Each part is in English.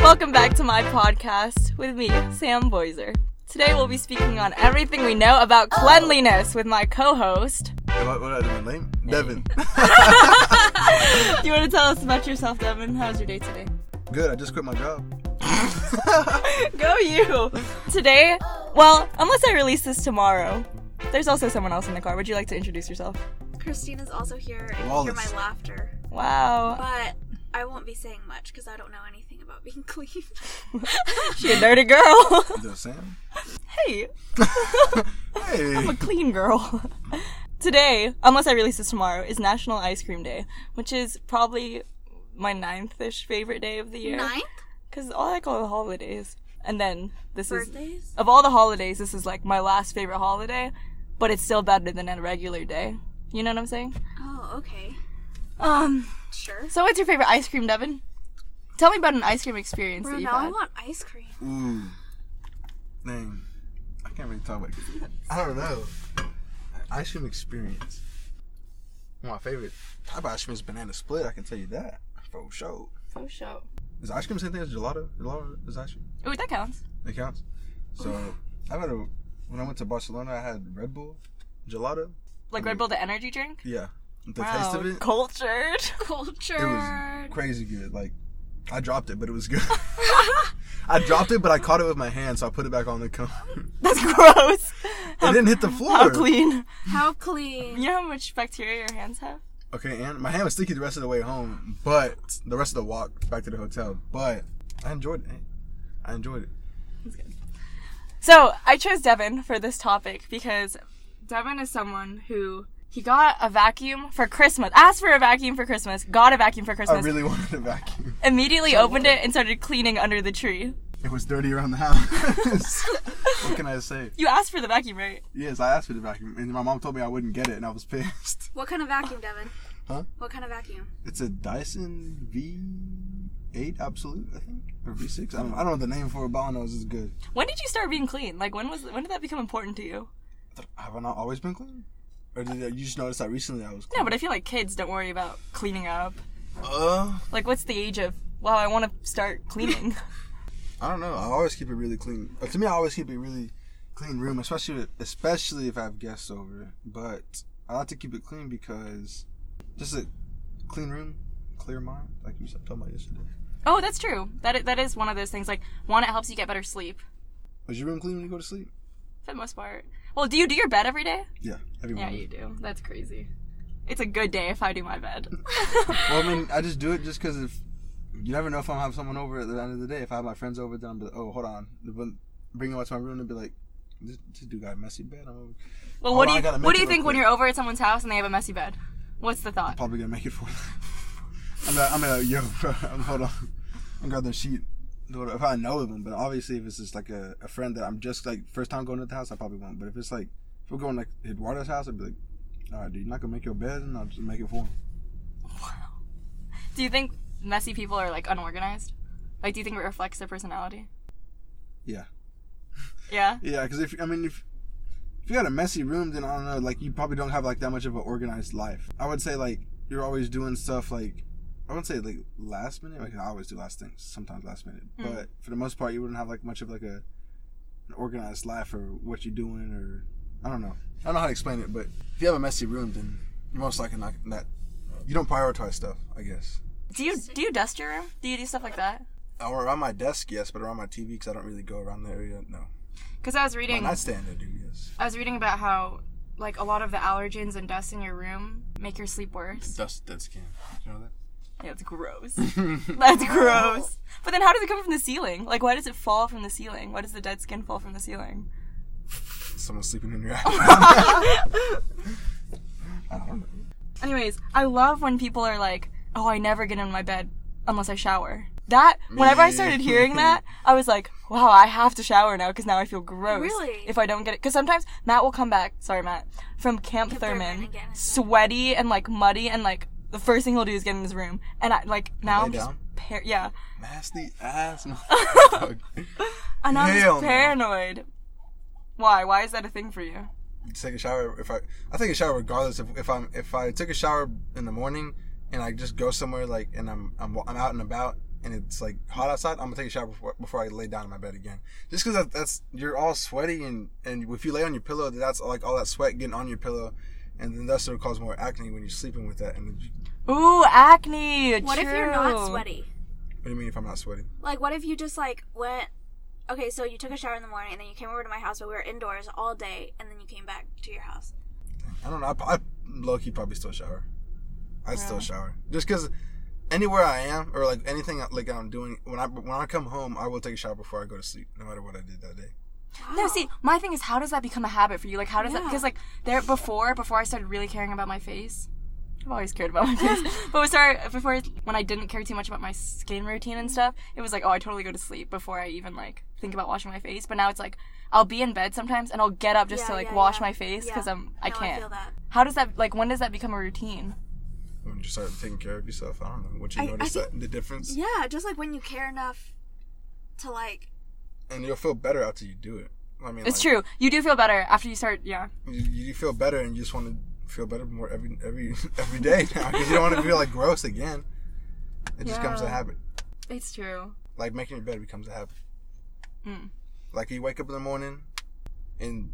Welcome back to my podcast with me, Sam Boiser. Today we'll be speaking on everything we know about cleanliness with my co-host. What, what other name? Devin. Do you want to tell us about yourself, Devin? How's your day today? Good. I just quit my job. Go you! Today, well, unless I release this tomorrow, there's also someone else in the car. Would you like to introduce yourself? Christina's also here and you hear Wallace. my laughter. Wow. But I won't be saying much because I don't know anything about being clean. She a dirty girl. Is that Sam? hey, Hey. I'm a clean girl. Today, unless I release this tomorrow, is National Ice Cream Day, which is probably my ninth-ish favorite day of the year. Ninth? Because all I call the holidays. And then this is Birthdays? of all the holidays, this is like my last favorite holiday, but it's still better than a regular day. You know what I'm saying? Oh, okay. Um. Sure. So, what's your favorite ice cream, Devin? Tell me about an ice cream experience Bro, that you've now I had. want ice cream. Ooh. Dang. I can't really talk about it. I don't know. Ice cream experience. My favorite type of ice cream is banana split. I can tell you that for sure. So show. Is ice cream the same thing as gelato? Gelato is ice cream. Ooh, that counts. It counts. So I had a when I went to Barcelona, I had Red Bull, gelato. Like Red Bull, the energy drink. Yeah. Mm. The wow, taste of it. cultured. It Culture. was crazy good. Like, I dropped it, but it was good. I dropped it, but I caught it with my hand, so I put it back on the cone. That's gross. it didn't hit the floor. How clean. How clean. You know how much bacteria your hands have? Okay, and my hand was sticky the rest of the way home, but the rest of the walk back to the hotel. But I enjoyed it. I enjoyed it. So I chose Devin for this topic because Devin is someone who he got a vacuum for Christmas. Asked for a vacuum for Christmas, got a vacuum for I Christmas, really wanted a vacuum. immediately opened it and started cleaning under the tree. It was dirty around the house. what can I say? You asked for the vacuum, right? Yes, I asked for the vacuum, and my mom told me I wouldn't get it, and I was pissed. What kind of vacuum, Devin? Huh? What kind of vacuum? It's a Dyson V8 Absolute, I think, or V6. I don't, I don't know the name for it, but all I know is it's good. When did you start being clean? Like when was when did that become important to you? Have I not always been clean? Or did I- you just notice that recently I was No, clean? but I feel like kids don't worry about cleaning up. Uh, Like what's the age of? Wow, I want to start cleaning. I don't know. I always keep it really clean. Uh, to me, I always keep it really clean room, especially especially if I have guests over. But I like to keep it clean because just a clean room, clear mind, like you said talking about yesterday. oh, that's true. That i- that is one of those things. Like one, it helps you get better sleep Was your room clean when you go to sleep? for the most part. Well, do you do your bed every day? Yeah, everyone. Yeah, you do. That's crazy. It's a good day if I do my bed. Well, I mean, I just do it just because if you never know if I'm gonna have someone over at the end of the day. If I have my friends over, then I'm like, oh, hold on, Bring- bring them out to my room and be like, this, this dude got a messy bed. I'm over. well, what Oh, do I you gotta make what do it you real think when quick. you're over at someone's house and they have a messy bed? What's the thought? probably gonna make it for them. I'm like, I'm like, yo, bro, I'm, hold on. I'm grab their sheet. Lord, If I know them, but obviously if it's just like a, a friend that I'm just like first time going to the house, I probably won't. But if it's like if we're going like Eduardo's house, I'd be like, all right, dude, you're not gonna make your bed, and I'll just make it for him. Do you think messy people are like unorganized? Like, do you think it reflects their personality? Yeah, Yeah. yeah, because if I mean if if you got a messy room, then I don't know, like you probably don't have like that much of an organized life. I would say like you're always doing stuff like I wouldn't say like last minute. Like I always do last things, sometimes last minute. Mm. But for the most part, you wouldn't have like much of like a an organized life or what you're doing or I don't know. I don't know how to explain it, but if you have a messy room, then you're most likely not not you don't prioritize stuff. I guess. Do you do you dust your room? Do you do stuff like that? Or around my desk, yes, but around my TV because I don't really go around the area. No, Because I was my reading nightstand I do. Yes, I was reading about how like a lot of the allergens and dust in your room make your sleep worse. dust dust can. You know that. Yeah, it's gross. That's gross. But then how does it come from the ceiling? Like why does it fall from the ceiling? Why does the dead skin fall from the ceiling? Someone sleeping in your house. I don't know. Anyways, I love when people are like, "Oh, I never get in my bed unless I shower." That whenever I started hearing that, I was like, "Wow, I have to shower now because now I feel gross Really? if I don't get it." Because sometimes Matt will come back. Sorry, Matt, from Camp, Thurman Thurman, again, isn't sweaty and like muddy, and like the first thing he'll do is get in his room, and I like now Lay I'm just down? par- yeah, Nasty ass. and I'm Hell just no. paranoid. Why? Why is that a thing for you? take a shower if I I take a shower regardless if, if I'm if I took a shower in the morning and I just go somewhere like and I'm I'm, I'm out and about and it's like hot outside, I'm gonna take a shower before, before I lay down in my bed again. Just because that, that's you're all sweaty and and if you lay on your pillow, that's like all that sweat getting on your pillow, and then that's gonna cause more acne when you're sleeping with that. And you- Ooh, acne. What if you're true. not sweaty? what do you mean if I'm not sweaty? Like, what if you just like went? Okay, so you took a shower in the morning, and then you came over to my house, but we were indoors all day, and then you came back to your house. I don't know. I, I low key probably still shower. I would still shower just because anywhere I am or like anything like I'm doing when I when I come home, I will take a shower before I go to sleep, no matter what I did that day. No, Wow. see, my thing is, how does that become a habit for you? Like, how does that? Oh. Yeah. Because like there before, before I started really caring about my face, I've always cared about my face. but we started before when I didn't care too much about my skin routine and stuff. It was like, oh, I totally go to sleep before I even like think about washing my face. But now it's like I'll be in bed sometimes and I'll get up just Yeah, to like yeah, wash yeah. my face Yeah. because I'm I No, can't. I feel that. How does that like? When does that become a routine? When you start taking care of yourself, I don't know what you I- I notice think- that, the difference, Yeah, just like when you care enough to like. and you'll feel better after you do it. I mean, It's like, true. You do feel better after you start. Yeah. You, you feel better, and you just want to feel better more every every every day now because you don't want to feel like gross again. It just becomes a Yeah. habit. It's true. Like making your bed becomes a habit. Mm. Like you wake up in the morning, and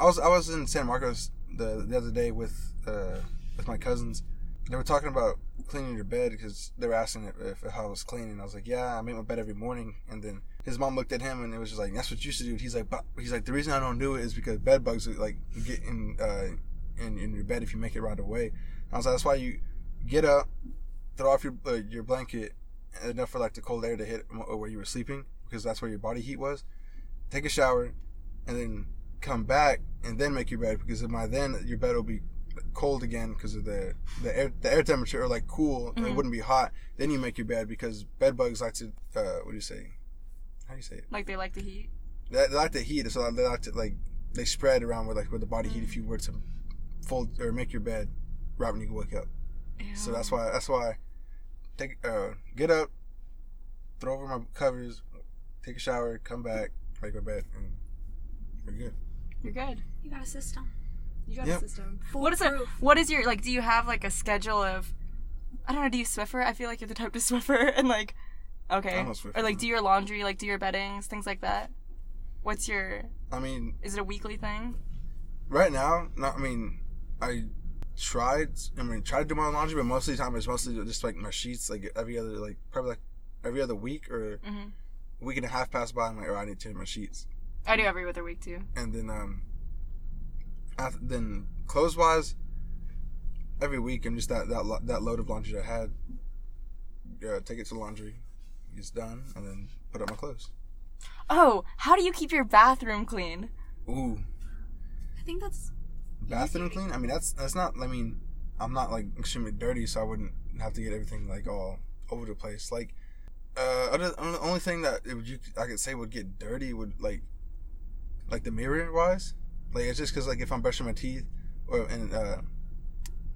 I was I was in San Marcos the the other day with uh, with my cousins. They were talking about cleaning your bed because they were asking if, if, how I was cleaning. I was like, yeah, I make my bed every morning. And then his mom looked at him and it was just like, that's what you should do. He's like, but he's like, the reason I don't do it is because bed bugs like get in uh, in, in your bed if you make it right away. I was like, that's why you get up, throw off your uh, your blanket enough for like the cold air to hit mo- where you were sleeping because that's where your body heat was. Take a shower, and then come back and then make your bed because by then your bed will be cold again because of the the air the air temperature or like cool. It Mhm. wouldn't be hot. Then you make your bed because bed bugs like to uh, what do you say? How do you say it? Like they like the heat. They, they like to heat, so they like to like they spread around where like where the body heat if you were to fold or make your bed right when you wake up. So that's why that's why take uh get up, throw over my covers, take a shower, come back, make my bed, and we're good. you're good. You got a system. You got Yep. a system. What is it? Foolproof. What is your like? Do you have like a schedule of? I don't know. Do you Swiffer? I feel like you're the type to Swiffer and like, okay, I'm a Swiffer, or like no. do your laundry, like do your beddings, things like that. What's your? I mean, Is it a weekly thing? right now, not I mean, I tried. I mean, try to do my own laundry, but most of the time it's mostly just like my sheets. Like every other, like probably like every other week or Mhm. week and a half pass by. I'm like, oh, I need to change my sheets. I do every other week too. and then um af then clothes wise every week and just that that, lo- that load of laundry that i had yeah take it to laundry it's done and then put up my clothes Oh, how do you keep your bathroom clean? ooh I think that's. bathroom Easy. clean i mean that's that's not i mean i'm not like extremely dirty so i wouldn't have to get everything like all over the place like uh other the only thing that it would you i could say would get dirty would like like the mirror wise like it's just because like if i'm brushing my teeth or and uh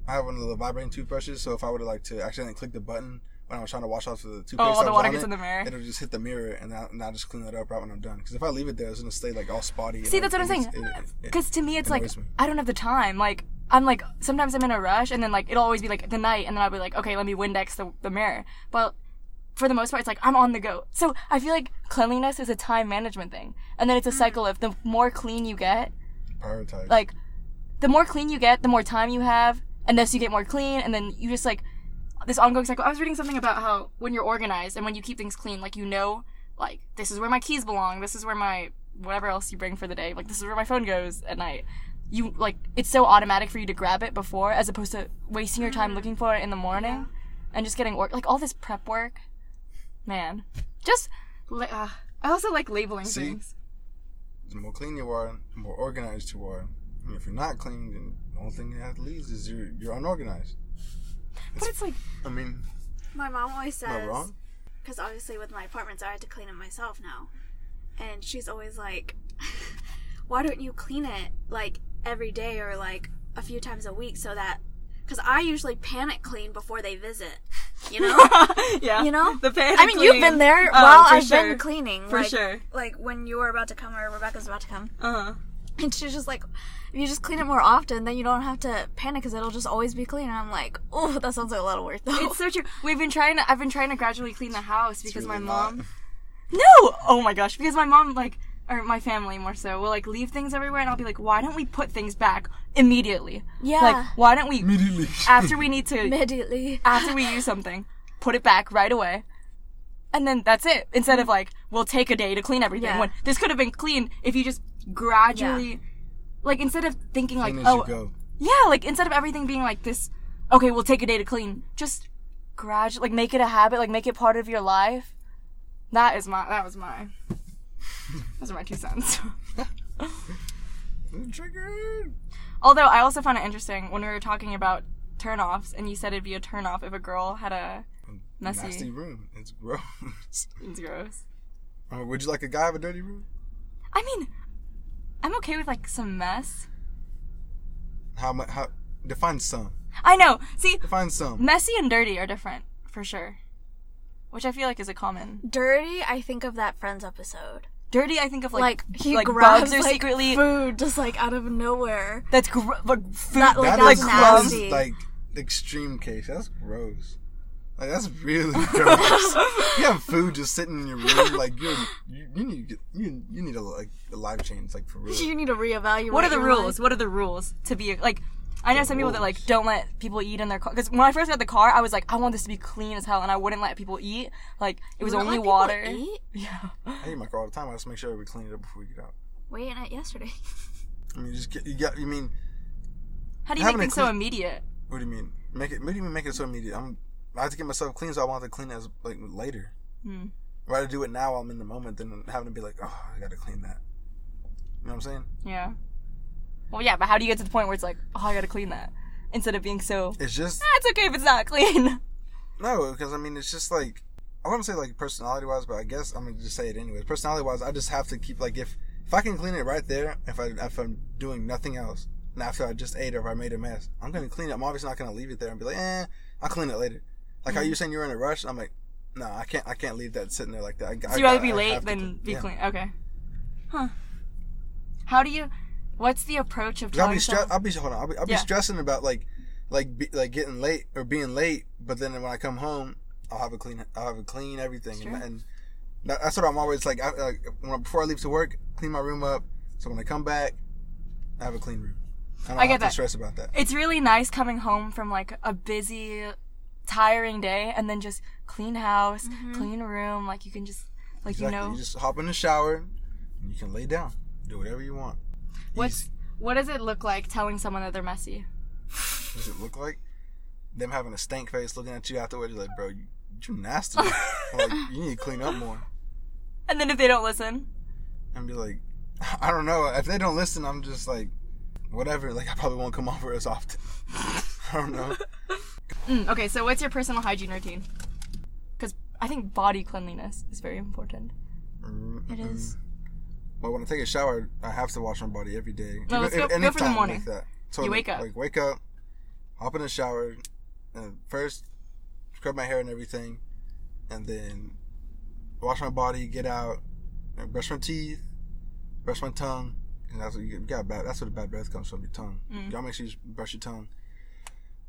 i have one of the vibrating toothbrushes so if i would have like to accidentally click the button when i was trying to wash off the toothpaste Oh, all that the was water on gets it, in the mirror. It'll just hit the mirror, and I- and I'll just clean that up right when I'm done. Because if I leave it there, it's gonna stay like all spotty. and See, that's what I'm everything. saying. It's- it- it- Because to me, it's like annoys me. I don't have the time. Like I'm like sometimes I'm in a rush, and then like it'll always be like the night, and then I'll be like, okay, let me Windex the, the mirror. But for the most part, it's like I'm on the go. So I feel like cleanliness is a time management thing, and then it's a cycle of the more clean you get, prioritize. like the more clean you get, the more time you have, and thus you get more clean, and then you just like this ongoing cycle. I was reading something about how when you're organized and when you keep things clean, like you know, like this is where my keys belong, this is where my whatever else you bring for the day, like this is where my phone goes at night. You like it's so automatic for you to grab it before, as opposed to wasting your time looking for it in the morning, and just getting work like all this prep work. Man, just la- uh, I also like labeling See? things. the more clean you are, the more organized you are. And if you're not clean, then the only thing that leaves is you're you're unorganized. But it's like I mean, My mom always am I says. wrong? because obviously with my apartments, I had to clean it myself now. And she's always like, why don't you clean it like every day or like a few times a week so that. Because I usually panic clean before they visit, you know? yeah, You know? the panic I mean, you've been there Oh, while for I've sure. been cleaning. For like, sure. Like when you were about to come or Rebecca's about to come. Uh huh. And she's just like, if you just clean it more often, then you don't have to panic because it'll just always be clean. And I'm like, oh, that sounds like a lot of work though. It's so true. We've been trying to. I've been trying to gradually clean the house because my really mom. not. No. Oh my gosh. Because my mom like. Or my family more so will like leave things everywhere, and I'll be like, "Why don't we put things back immediately? yeah. Like, why don't we Immediately. after we need to immediately. after we use something, put it back right away. And then that's it. Instead of like, we'll take a day to clean everything. Yeah. When this could have been cleaned if you just gradually, like, instead of thinking like, Clean as you oh, go. yeah, like instead of everything being like this, okay, we'll take a day to clean. Just gradually, like, make it a habit. Like, make it part of your life. That is my. That was my. Those are my two cents. Triggered. Although I also found it interesting when we were talking about turnoffs, and you said it'd be a turnoff if a girl had a messy. Nasty room. It's gross. It's gross. Uh, would you like a guy with a dirty room? I mean, I'm okay with like some mess. How much? How define some? I know. See, Define some. messy and dirty are different for sure, which I feel like is a common. Dirty, I think of that Friends episode. Dirty, I think of like Like, he like grabs bugs are like, secretly food just like out of nowhere. that's gr- but food. That, like, Like That is that's that nasty. is, like the extreme case. That's gross. Like that's really gross. you have food just sitting in your room. Like you, you, you need to get, you, you need a like a life change. Like for real. You need to reevaluate. what are the your rules? life. What are the rules to be like? I know some people that like rules. don't let people eat in their car. Because when I first got the car, I was like, I want this to be clean as hell, and I wouldn't let people eat. Like it was Don't only let people water. eat? Yeah. I eat my car all the time. I just make sure we clean it up before we get out. We ate it yesterday. I mean, just get, you got. You mean How do you Having make a things so clean- immediate? what do you mean? Make it. What do you mean make it so immediate? I'm. I have to get myself clean, so I want to clean as like later. Hmm. Rather do it now while I'm in the moment than having to be like, oh, I gotta clean that. You know what I'm saying? Yeah. Well, yeah, but how do you get to the point where it's like, oh, I gotta clean that, instead of being so It's just that's okay if it's not clean. No, because I mean, it's just like I wouldn't say like personality wise, but I guess I'm gonna just say it anyways. Personality wise, I just have to keep like if if I can clean it right there, if I if I'm doing nothing else, and after I just ate or if I made a mess, I'm gonna clean it. I'm obviously not gonna leave it there and be like, eh, I'll clean it later. Like Mm-hmm. how you were saying you were in a rush, I'm like, no, I can't, I can't leave that sitting there like that. I, So you rather be late than be clean. Okay. Huh. How do you? What's the approach of I'll telling be someone? stressed. I'll be hold on. I'll be, I'll be Yeah. stressing about like, like, be, like getting late or being late. But then when I come home, I'll have a clean. I'll have a clean everything, Sure. and, and that, that's what I'm always like. I, like when before I leave to work, clean my room up. So when I come back, I have a clean room. I don't I get have that. to stress about that. It's really nice coming home from like a busy, tiring day, and then just clean house, clean room. Like you can just, like Exactly. you know, You just hop in the shower, and you can lay down, do whatever you want. what's Easy. what does it look like telling someone that they're messy? What does it look like? Them having a stank face looking at you afterwards, like, bro, you, you nasty. like, you need to clean up more. And then if they don't listen, and be like, I don't know. If they don't listen, I'm just like, whatever. Like I probably won't come over as often. I don't know. Mm, okay, so what's your personal hygiene routine? Because I think body cleanliness is very important. Mm, It is. But when I take a shower, I have to wash my body every day. No, let's go- any go for the time morning. Like that. You wake up. Like wake up, hop in the shower, and first scrub my hair and everything, and then wash my body, get out, and brush my teeth, brush my tongue, and that's what you, you got. Bad. That's where the bad breath comes from. Your tongue. Mm. Y'all make sure you brush your tongue.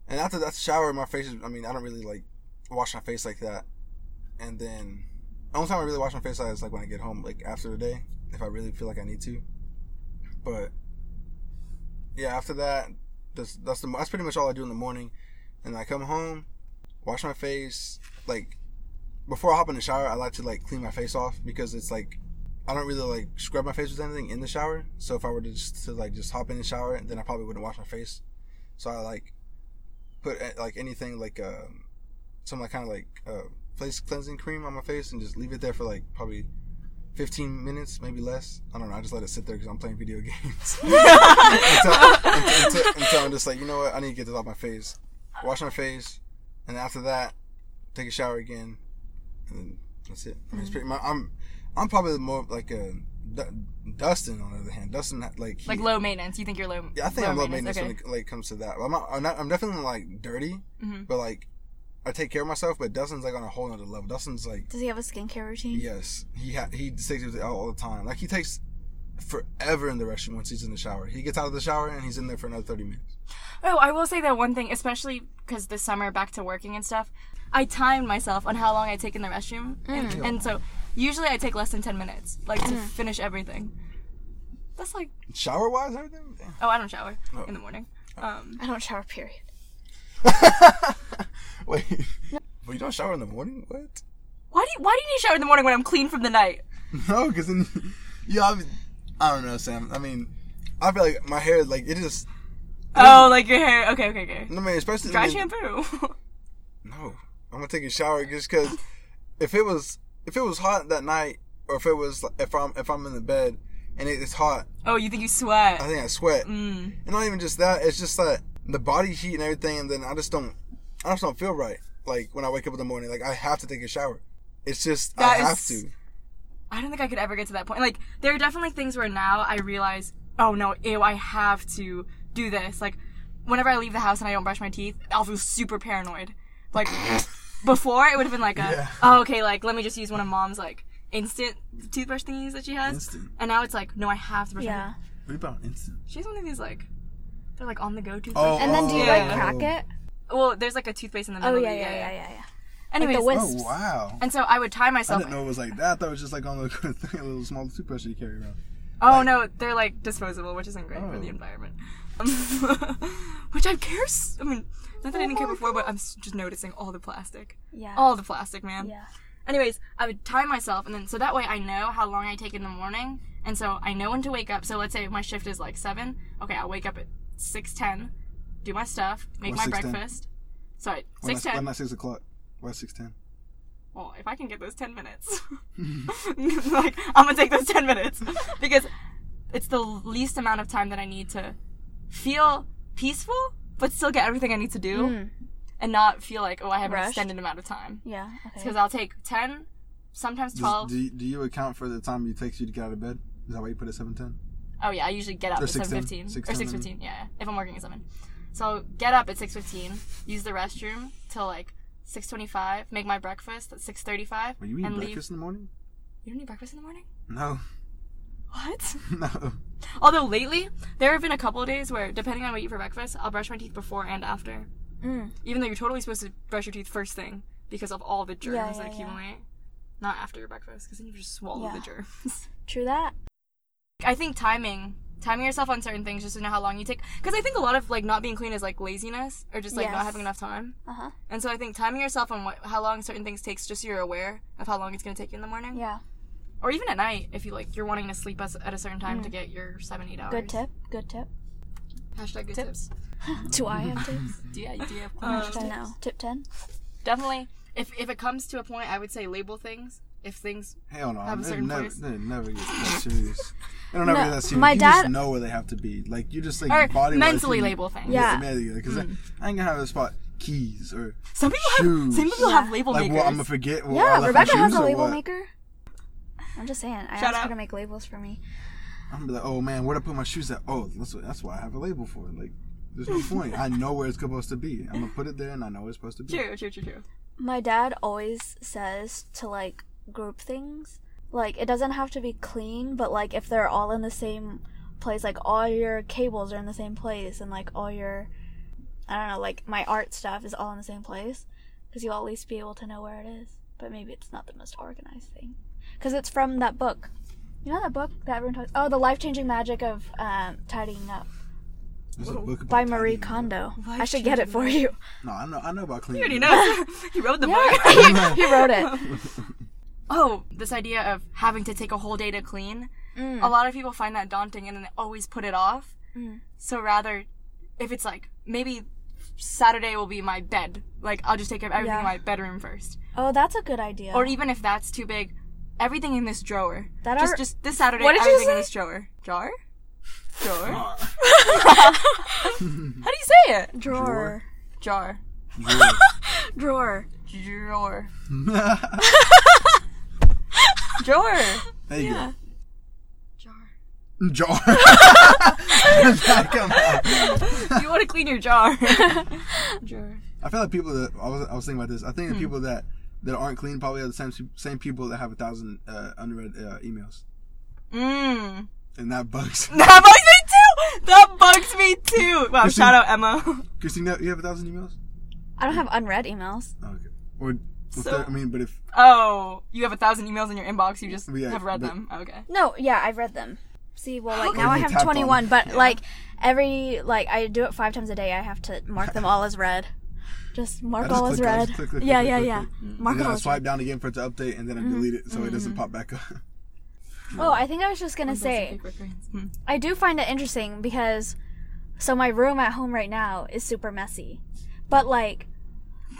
And after that shower, my face is. I mean, I don't really like wash my face like that. And then the only time I really wash my face out is like when I get home, like after the day, if I really feel like I need to. But yeah, after that, that's that's the that's pretty much all I do in the morning. And I come home, wash my face. Like before I hop in the shower, I like to like clean my face off because it's like I don't really like scrub my face with anything in the shower. So if I were to just to like just hop in the shower, then I probably wouldn't wash my face. So I like put eh, like anything like um, some like kind of like uh, face cleansing cream on my face and just leave it there for like probably 15 minutes, maybe less. I don't know. I just let it sit there because I'm playing video games. until, until, until, until I'm just like, you know what? I need to get this off my face. Wash my face, and after that, take a shower again, and then that's it. I mean, it's pretty, my, I'm I'm probably more like a Du- Dustin on the other hand. Dustin like he- Like low maintenance. You think you're low? yeah, I think I'm low maintenance when it like comes to that. I'm not, I'm not. I'm definitely like dirty, Mhm. but like I take care of myself. But Dustin's like on a whole other level. Dustin's like Does he have a skincare routine? yes, he ha- he takes it out all the time. Like he takes forever in the restroom once he's in the shower. He gets out of the shower and he's in there for another 30 minutes. Oh, I will say that one thing, especially because this summer back to working and stuff, I timed myself on how long I take in the restroom, and, and so usually I take less than ten minutes, like to finish everything. That's like Shower wise, everything? Damn. oh, I don't shower in the morning. Um, I don't shower, period. Wait. But you don't shower in the morning? What? why do you, why do you need to shower in the morning when I'm clean from the night? No, because then, yeah, I, mean, I don't know, Sam. I mean, I feel like my hair, like, it just, Oh, like your hair. Okay, okay, okay. I mean, especially. I Dry mean, shampoo. No, I'm gonna take a shower just because if it was if it was hot that night, or if it was if I'm if I'm in the bed and it is hot, oh, you think you sweat? I think I sweat. Mm. And not even just that, it's just that the body heat and everything, and then I just don't I just don't feel right. Like when I wake up in the morning, like I have to take a shower. It's just That I is- have to. I don't think I could ever get to that point. Like, there are definitely things where now I realize, oh no, ew, I have to do this. Like, whenever I leave the house and I don't brush my teeth, I'll feel super paranoid. Like, before it would have been like a, Yeah. oh, okay, like, let me just use one of mom's, like, instant toothbrush thingies that she has. Instant. And now it's like, no, I have to brush my Yeah. teeth. What about instant? She has one of these, like, they're like on the go Oh, toothbrush. And then do you like Yeah. crack it? Well, there's like a toothpaste in the Oh middle. yeah, yeah, yeah, yeah, yeah. Anyways, wisp. Oh wow! and so I would tie I myself. didn't know it was like that. I thought it was just like on the thing, a little small toothbrush that you carry around. Oh no, they're like disposable, which isn't great for Oh. the environment. Um, which I care. s- I mean, not that I didn't care before, but I'm s- just noticing all the plastic, Yeah. all the plastic, man. Yeah. Anyways, I would time myself, and then so that way I know how long I take in the morning, and so I know when to wake up. So let's say my shift is like seven. Okay, I'll wake up at six ten, do my stuff, make What's my 6:10? breakfast. Sorry, Why six not, why ten. not six o'clock? Why six ten? Well, if I can get those 10 minutes, like, I'm gonna take those 10 minutes because it's the least amount of time that I need to feel peaceful, but still get everything I need to do Mm. Mm. and not feel like, oh, I have an Rushed. extended amount of time. Yeah. Okay. Because I'll take 10, sometimes 12. Do, do you account for the time it takes you to get out of bed? Is that why you put a seven ten? Oh yeah, I usually get up Or at 6:10, 7:15 or 6:10, 6:15. Yeah, if I'm working at 7. So I'll get up at 6:15, use the restroom till like 6:25, make my breakfast at 6:35, Were you eating and breakfast in the morning? leave. You don't eat breakfast in the morning? No, What? no. Although lately, there have been a couple of days where, depending on what you eat for breakfast, I'll brush my teeth before and after. Mm. Even though you're totally supposed to brush your teeth first thing because of all the germs Yeah, yeah, that yeah. accumulate. Not after your breakfast, because then you just swallow the Yeah. germs. True that. I think timing, timing yourself on certain things just to know how long you take. Because I think a lot of like not being clean is like laziness or just like not Yes. having enough time. Uh huh. And so I think timing yourself on what, how long certain things takes, just so you're aware of how long it's going to take you in the morning, Yeah. or even at night if you like you're wanting to sleep us- at a certain time to get your seven eight hours. Mm. Good tip. Good tip. Hashtag good tips. Do I have tips? Do you, do you have Hashtag no. Tip ten. definitely if if it comes to a point i would say label things if things Hell no. Have a It certain never, place. they never get that serious. They don't ever No, get that serious. my you dad- just know where they have to be. Like you just like or body mentally label things Yeah. Mm. Because I ain't gonna have a spot keys or some people have Shoes. some people have label like makers well, I'm gonna forget. Well, I Yeah. left my Rebecca has shoes a or label what. maker. I'm just saying. I Shout asked out. her to make labels for me. I'm gonna be like, oh man, where'd I put my shoes at? Oh, that's what, that's why I have a label for it. Like, there's no point. I know where it's supposed to be. I'm gonna put it there, and I know where it's supposed to be. true true true true My dad always says to like group things. Like it doesn't have to be clean, but like if they're all in the same place, like all your cables are in the same place, and like all your, I don't know, like my art stuff is all in the same place, because you'll at least be able to know where it is. But maybe it's not the most organized thing, because it's from that book. You know that book that everyone talks. Oh, the life changing magic of um, tidying up There's a book about by Marie tidying up. Kondo. I should get it for you. No, I know. I know about cleaning. you know he wrote the book Yeah, he wrote it. oh this idea of having to take a whole day to clean Mm. a lot of people find that daunting and then they always put it off so rather if it's like maybe saturday will be my bed like i'll just take up everything Yeah. in my bedroom first Oh, that's a good idea. or even if that's too big everything in this drawer That just are- just this saturday What did you everything in say? this drawer jar drawer Ah, How do you say it? drawer. Jar. yeah. Drawer. Drawer. there Drawer. you Jar. go. Jar. Come on. You want to clean your jar. jar. I feel like people that I was I was thinking about this. I Hmm. think the people that that aren't clean probably are the same same people that have a thousand uh, unread uh, emails. Mmm. and that bugs. That bugs me too. That bugs me too. Wow, Christine- shout out Emma. Christina, you have a thousand emails. I don't have unread emails. Oh, okay. Or if So- that- I mean, but if Oh, you have a thousand emails in your inbox. You just Yeah, have read but- them. Oh, Okay. No, yeah, I've read them. See, well, like Okay, now I you have tap on 21, it. but like every like I do it five times a day. I have to mark them all as read. Just I mark just all as click- I read. just click, click, yeah, click, yeah, click, yeah. click. Mark and it then I all as read. swipe down again for it to update, and then I Mm-hmm. delete it so it Mm-hmm. doesn't pop back up. Oh, I think I was just gonna say Hmm. I do find it interesting because so my room at home right now is super messy, but like,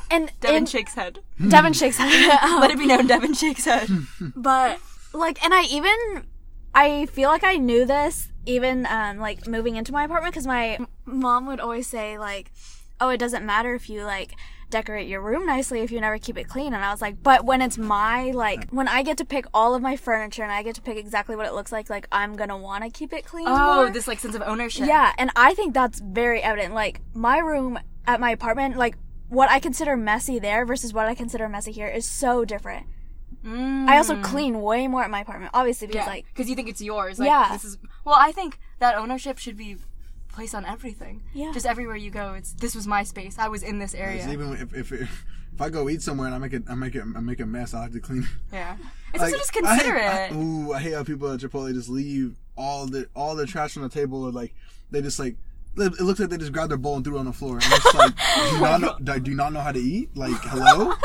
and Devin and- shakes head. Devin shakes head. Let it be known, Devin shakes head. but like and i even i feel like i knew this even um like moving into my apartment because my m- mom would always say like oh it doesn't matter if you like decorate your room nicely if you never keep it clean and i was like but when it's my like when i get to pick all of my furniture and i get to pick exactly what it looks like like i'm gonna wanna keep it clean Oh, more. this like sense of ownership. Yeah, and I think that's very evident. Like my room at my apartment, like what I consider messy there versus what I consider messy here is so different. Mm. I also clean way more at my apartment, obviously, because Yeah, like because you think it's yours. Like, Yeah. This is well. I think that ownership should be placed on everything. Yeah. Just everywhere you go, it's this was my space. I was in this area. Because Even if, if if I go eat somewhere and I make it, I make it, I make a mess. I have to clean. it. yeah. It's Like, also just I hate- considerate. I- ooh, I hate how people at Chipotle just leave all the all the trash on the table. Or like they just like li- it looks like they just grabbed their bowl and threw it on the floor. And it's just like, do you not know, do- do you not know how to eat? Like, hello?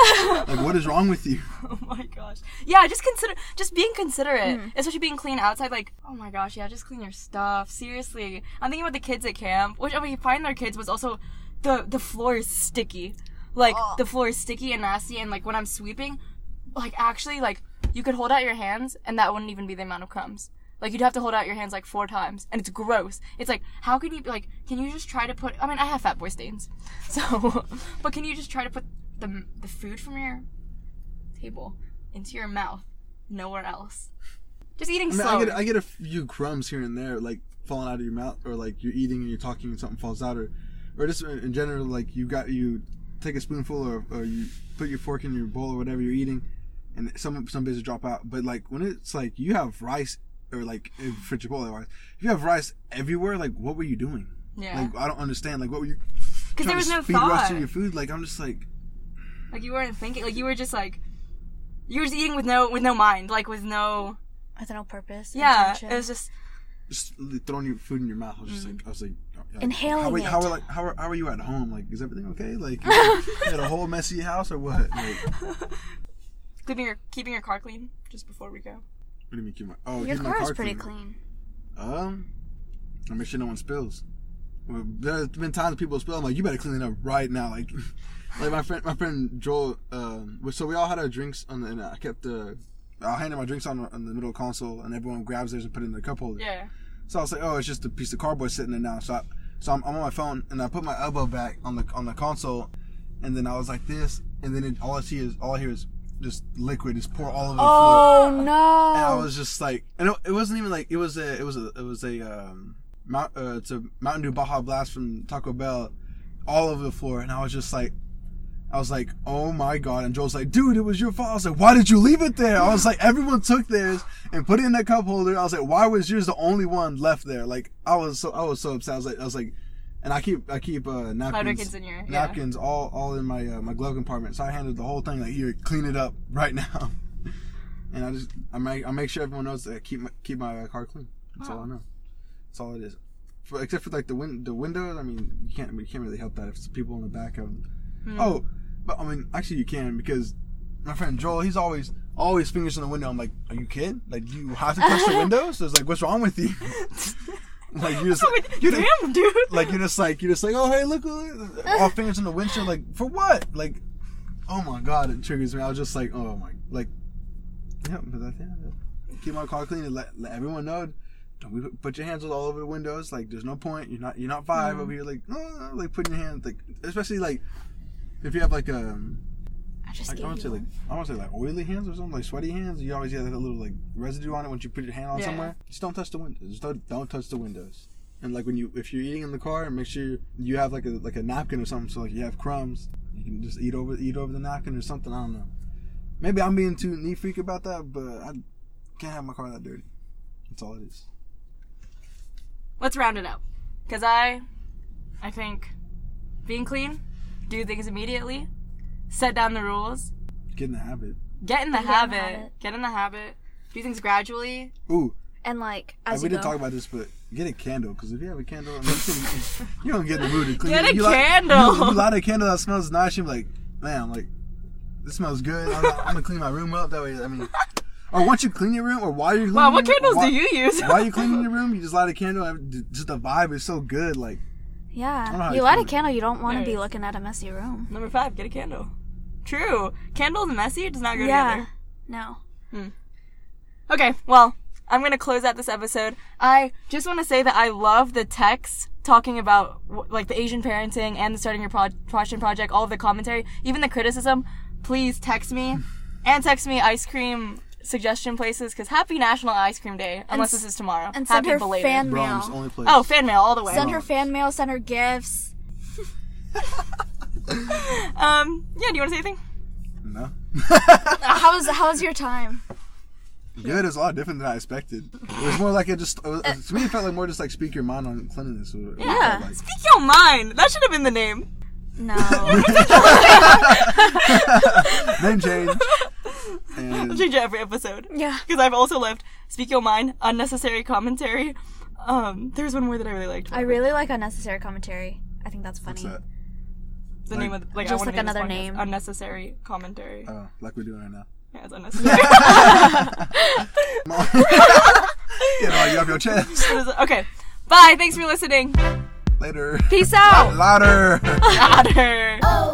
like, what is wrong with you? Oh my gosh. Yeah, just consider just being considerate, Mm. especially being clean outside. Like, oh my gosh, yeah, just clean your stuff. Seriously, I'm thinking about the kids at camp, which I mean, find their kids was also the the floor is sticky, like Oh. the floor is sticky and nasty, and like when I'm sweeping, like actually like you could hold out your hands and that wouldn't even be the amount of crumbs. Like you'd have to hold out your hands like four times, and it's gross. It's like how can you like can you just try to put? I mean, I have fat boy stains, so but can you just try to put the the food from your table into your mouth, nowhere else. Just eating I mean, slow. I get I get a few crumbs here and there, like falling out of your mouth, or like you're eating and you're talking and something falls out, or or just uh, in in general, like you got you take a spoonful or, or you put your fork in your bowl or whatever you're eating, and some some bits drop out. But like when it's like you have rice or like if- for Chipotle rice, if you have rice everywhere, like what were you doing? yeah, Like I don't understand. Like what were you? because there trying was to no speed thought. rush through your food. Like I'm just like Like you weren't thinking. Like you were just like you were just eating with no with no mind. Like with no with no purpose. yeah. intention. It was just just throwing your food in your mouth. I was just like, I was like, uh, like, Mm. Inhaling How are, it. How are like how are, how are you at home? Like, is everything okay? Like, you had a whole messy house or what? Like, what keeping your keeping your car clean just before we go. do you mean keep my? Oh, your keep my car is car pretty clean. Um, I make sure no one spills. Well, There's been times people spill. I'm like, you better clean it up right now. Like, like my friend, my friend Joel. Um, we- so we all had our drinks on, the, and I kept the. I handed my drinks on, the- on the middle console, and everyone grabs theirs and put it in the cup holder. Yeah. So I was like, oh, it's just a piece of cardboard sitting there now. So, I, so I'm, I'm on my phone and I put my elbow back on the on the console, and then I was like this, and then it, all I see is all I hear is just liquid just pour all over the floor. Oh And I no! was just like, and it, it wasn't even like it was a it was a it was a um, Mount, uh, it's a Mountain Dew Baja Blast from Taco Bell, all over the floor, and I was just like. I was like, "Oh my god!" And Joel's like, "Dude, it was your fault." I was like, "Why did you leave it there?" I was like, "Everyone took theirs and put it in that cup holder." I was like, "Why was yours the only one left there?" Like, I was so I was so upset. I was like, I was like, and I keep I keep uh, napkins, Napkins in your- yeah. napkins all all in my uh, my glove compartment. So I handed the whole thing like, "Here, clean it up right now." And I just I make I make sure everyone knows that I keep my keep my uh, car clean. That's all I know. That's all it is. For, except for like the win the windows. I mean, you can't you can't really help that if it's people in the back of. Hmm. Oh, but I mean, actually you can because my friend Joel he's always always fingers in the window. I'm like, are you kidding? Like do you have to touch the window? So it's like, what's wrong with you? like you just like, you just, Damn, dude. like you're just like you're just like oh hey look look," all fingers in the windshield like for what like oh my god it triggers me. I was just like oh my like yeah but that, yeah keep my car clean and let, let everyone know don't be, put your hands all over the windows. Like, there's no point. You're not you're not 5 over here. Like, no, no, no, like putting your hands like, especially like if you have like um, I just like, I gave want you to say like one. I want to say like oily hands or something like sweaty hands. You always get that little like residue on it once you put your hand on Yeah. somewhere. Just don't touch the windows. Just don't don't touch the windows. And like when you if you're eating in the car, make sure you have like a like a napkin or something. So like you have crumbs, you can just eat over eat over the napkin or something. I don't know. Maybe I'm being too neat freak about that, but I can't have my car that dirty. That's all it is. let's round it up. Cause I, I think, being clean, do things immediately, set down the rules, Get in the habit. get in the Get in the habit, habit. get in the habit, do things gradually. Ooh, And like like, as we you didn't go, talk about this, but get a candle because if you have a candle, I mean, you, can- you don't get in the mood to clean. Get a you light- candle. you, you light a candle that smells nice. You're like, man, I'm like this smells good. I'm, I'm gonna clean my room up. That way, I mean, or once you clean your room, or while you're cleaning Wow, what your room, candles or do whi- you use? While you're cleaning your room, you just light a candle. and Just the vibe is so good. Like, I don't know yeah, how you to light explain a it. candle. You don't want There to it be is. looking at a messy room. Number five, get a candle. True. Candle and messy it does not go Yeah, together. no. Okay, well, I'm gonna close out this episode. I just want to say that I love the text talking about wh- like the Asian parenting and the starting your pro- passion project, all of the commentary, even the criticism. Please text me and text me ice cream suggestion places because happy National Ice Cream Day, unless s- this is tomorrow. And send happy her belated. fan mail. Brahms only place. oh, fan mail all the way. Send her fan mail. Send her gifts. um, yeah. Do you want to say anything? no. Uh, How was how was your time? Good is a lot different than I expected. It was more like it just it was, to me. It felt like more just like speak your mind on cleanliness. or- or Yeah. like- Speak your mind. That should have been the name. No, name change. And Change it every episode. yeah. because I've also left Speak Your Mind, unnecessary commentary. Um, there's one more that I really liked. I really like unnecessary commentary. I think that's funny. what's that? the like- name of the, like I Just wanna like name this another podcast, name. Uh. unnecessary commentary. Oh, like we're doing right now. yeah, it's unnecessary. Come on. Get all you off your chest. It was- okay, bye. Thanks for listening. Later. Peace out. Louder. Otter. Oh.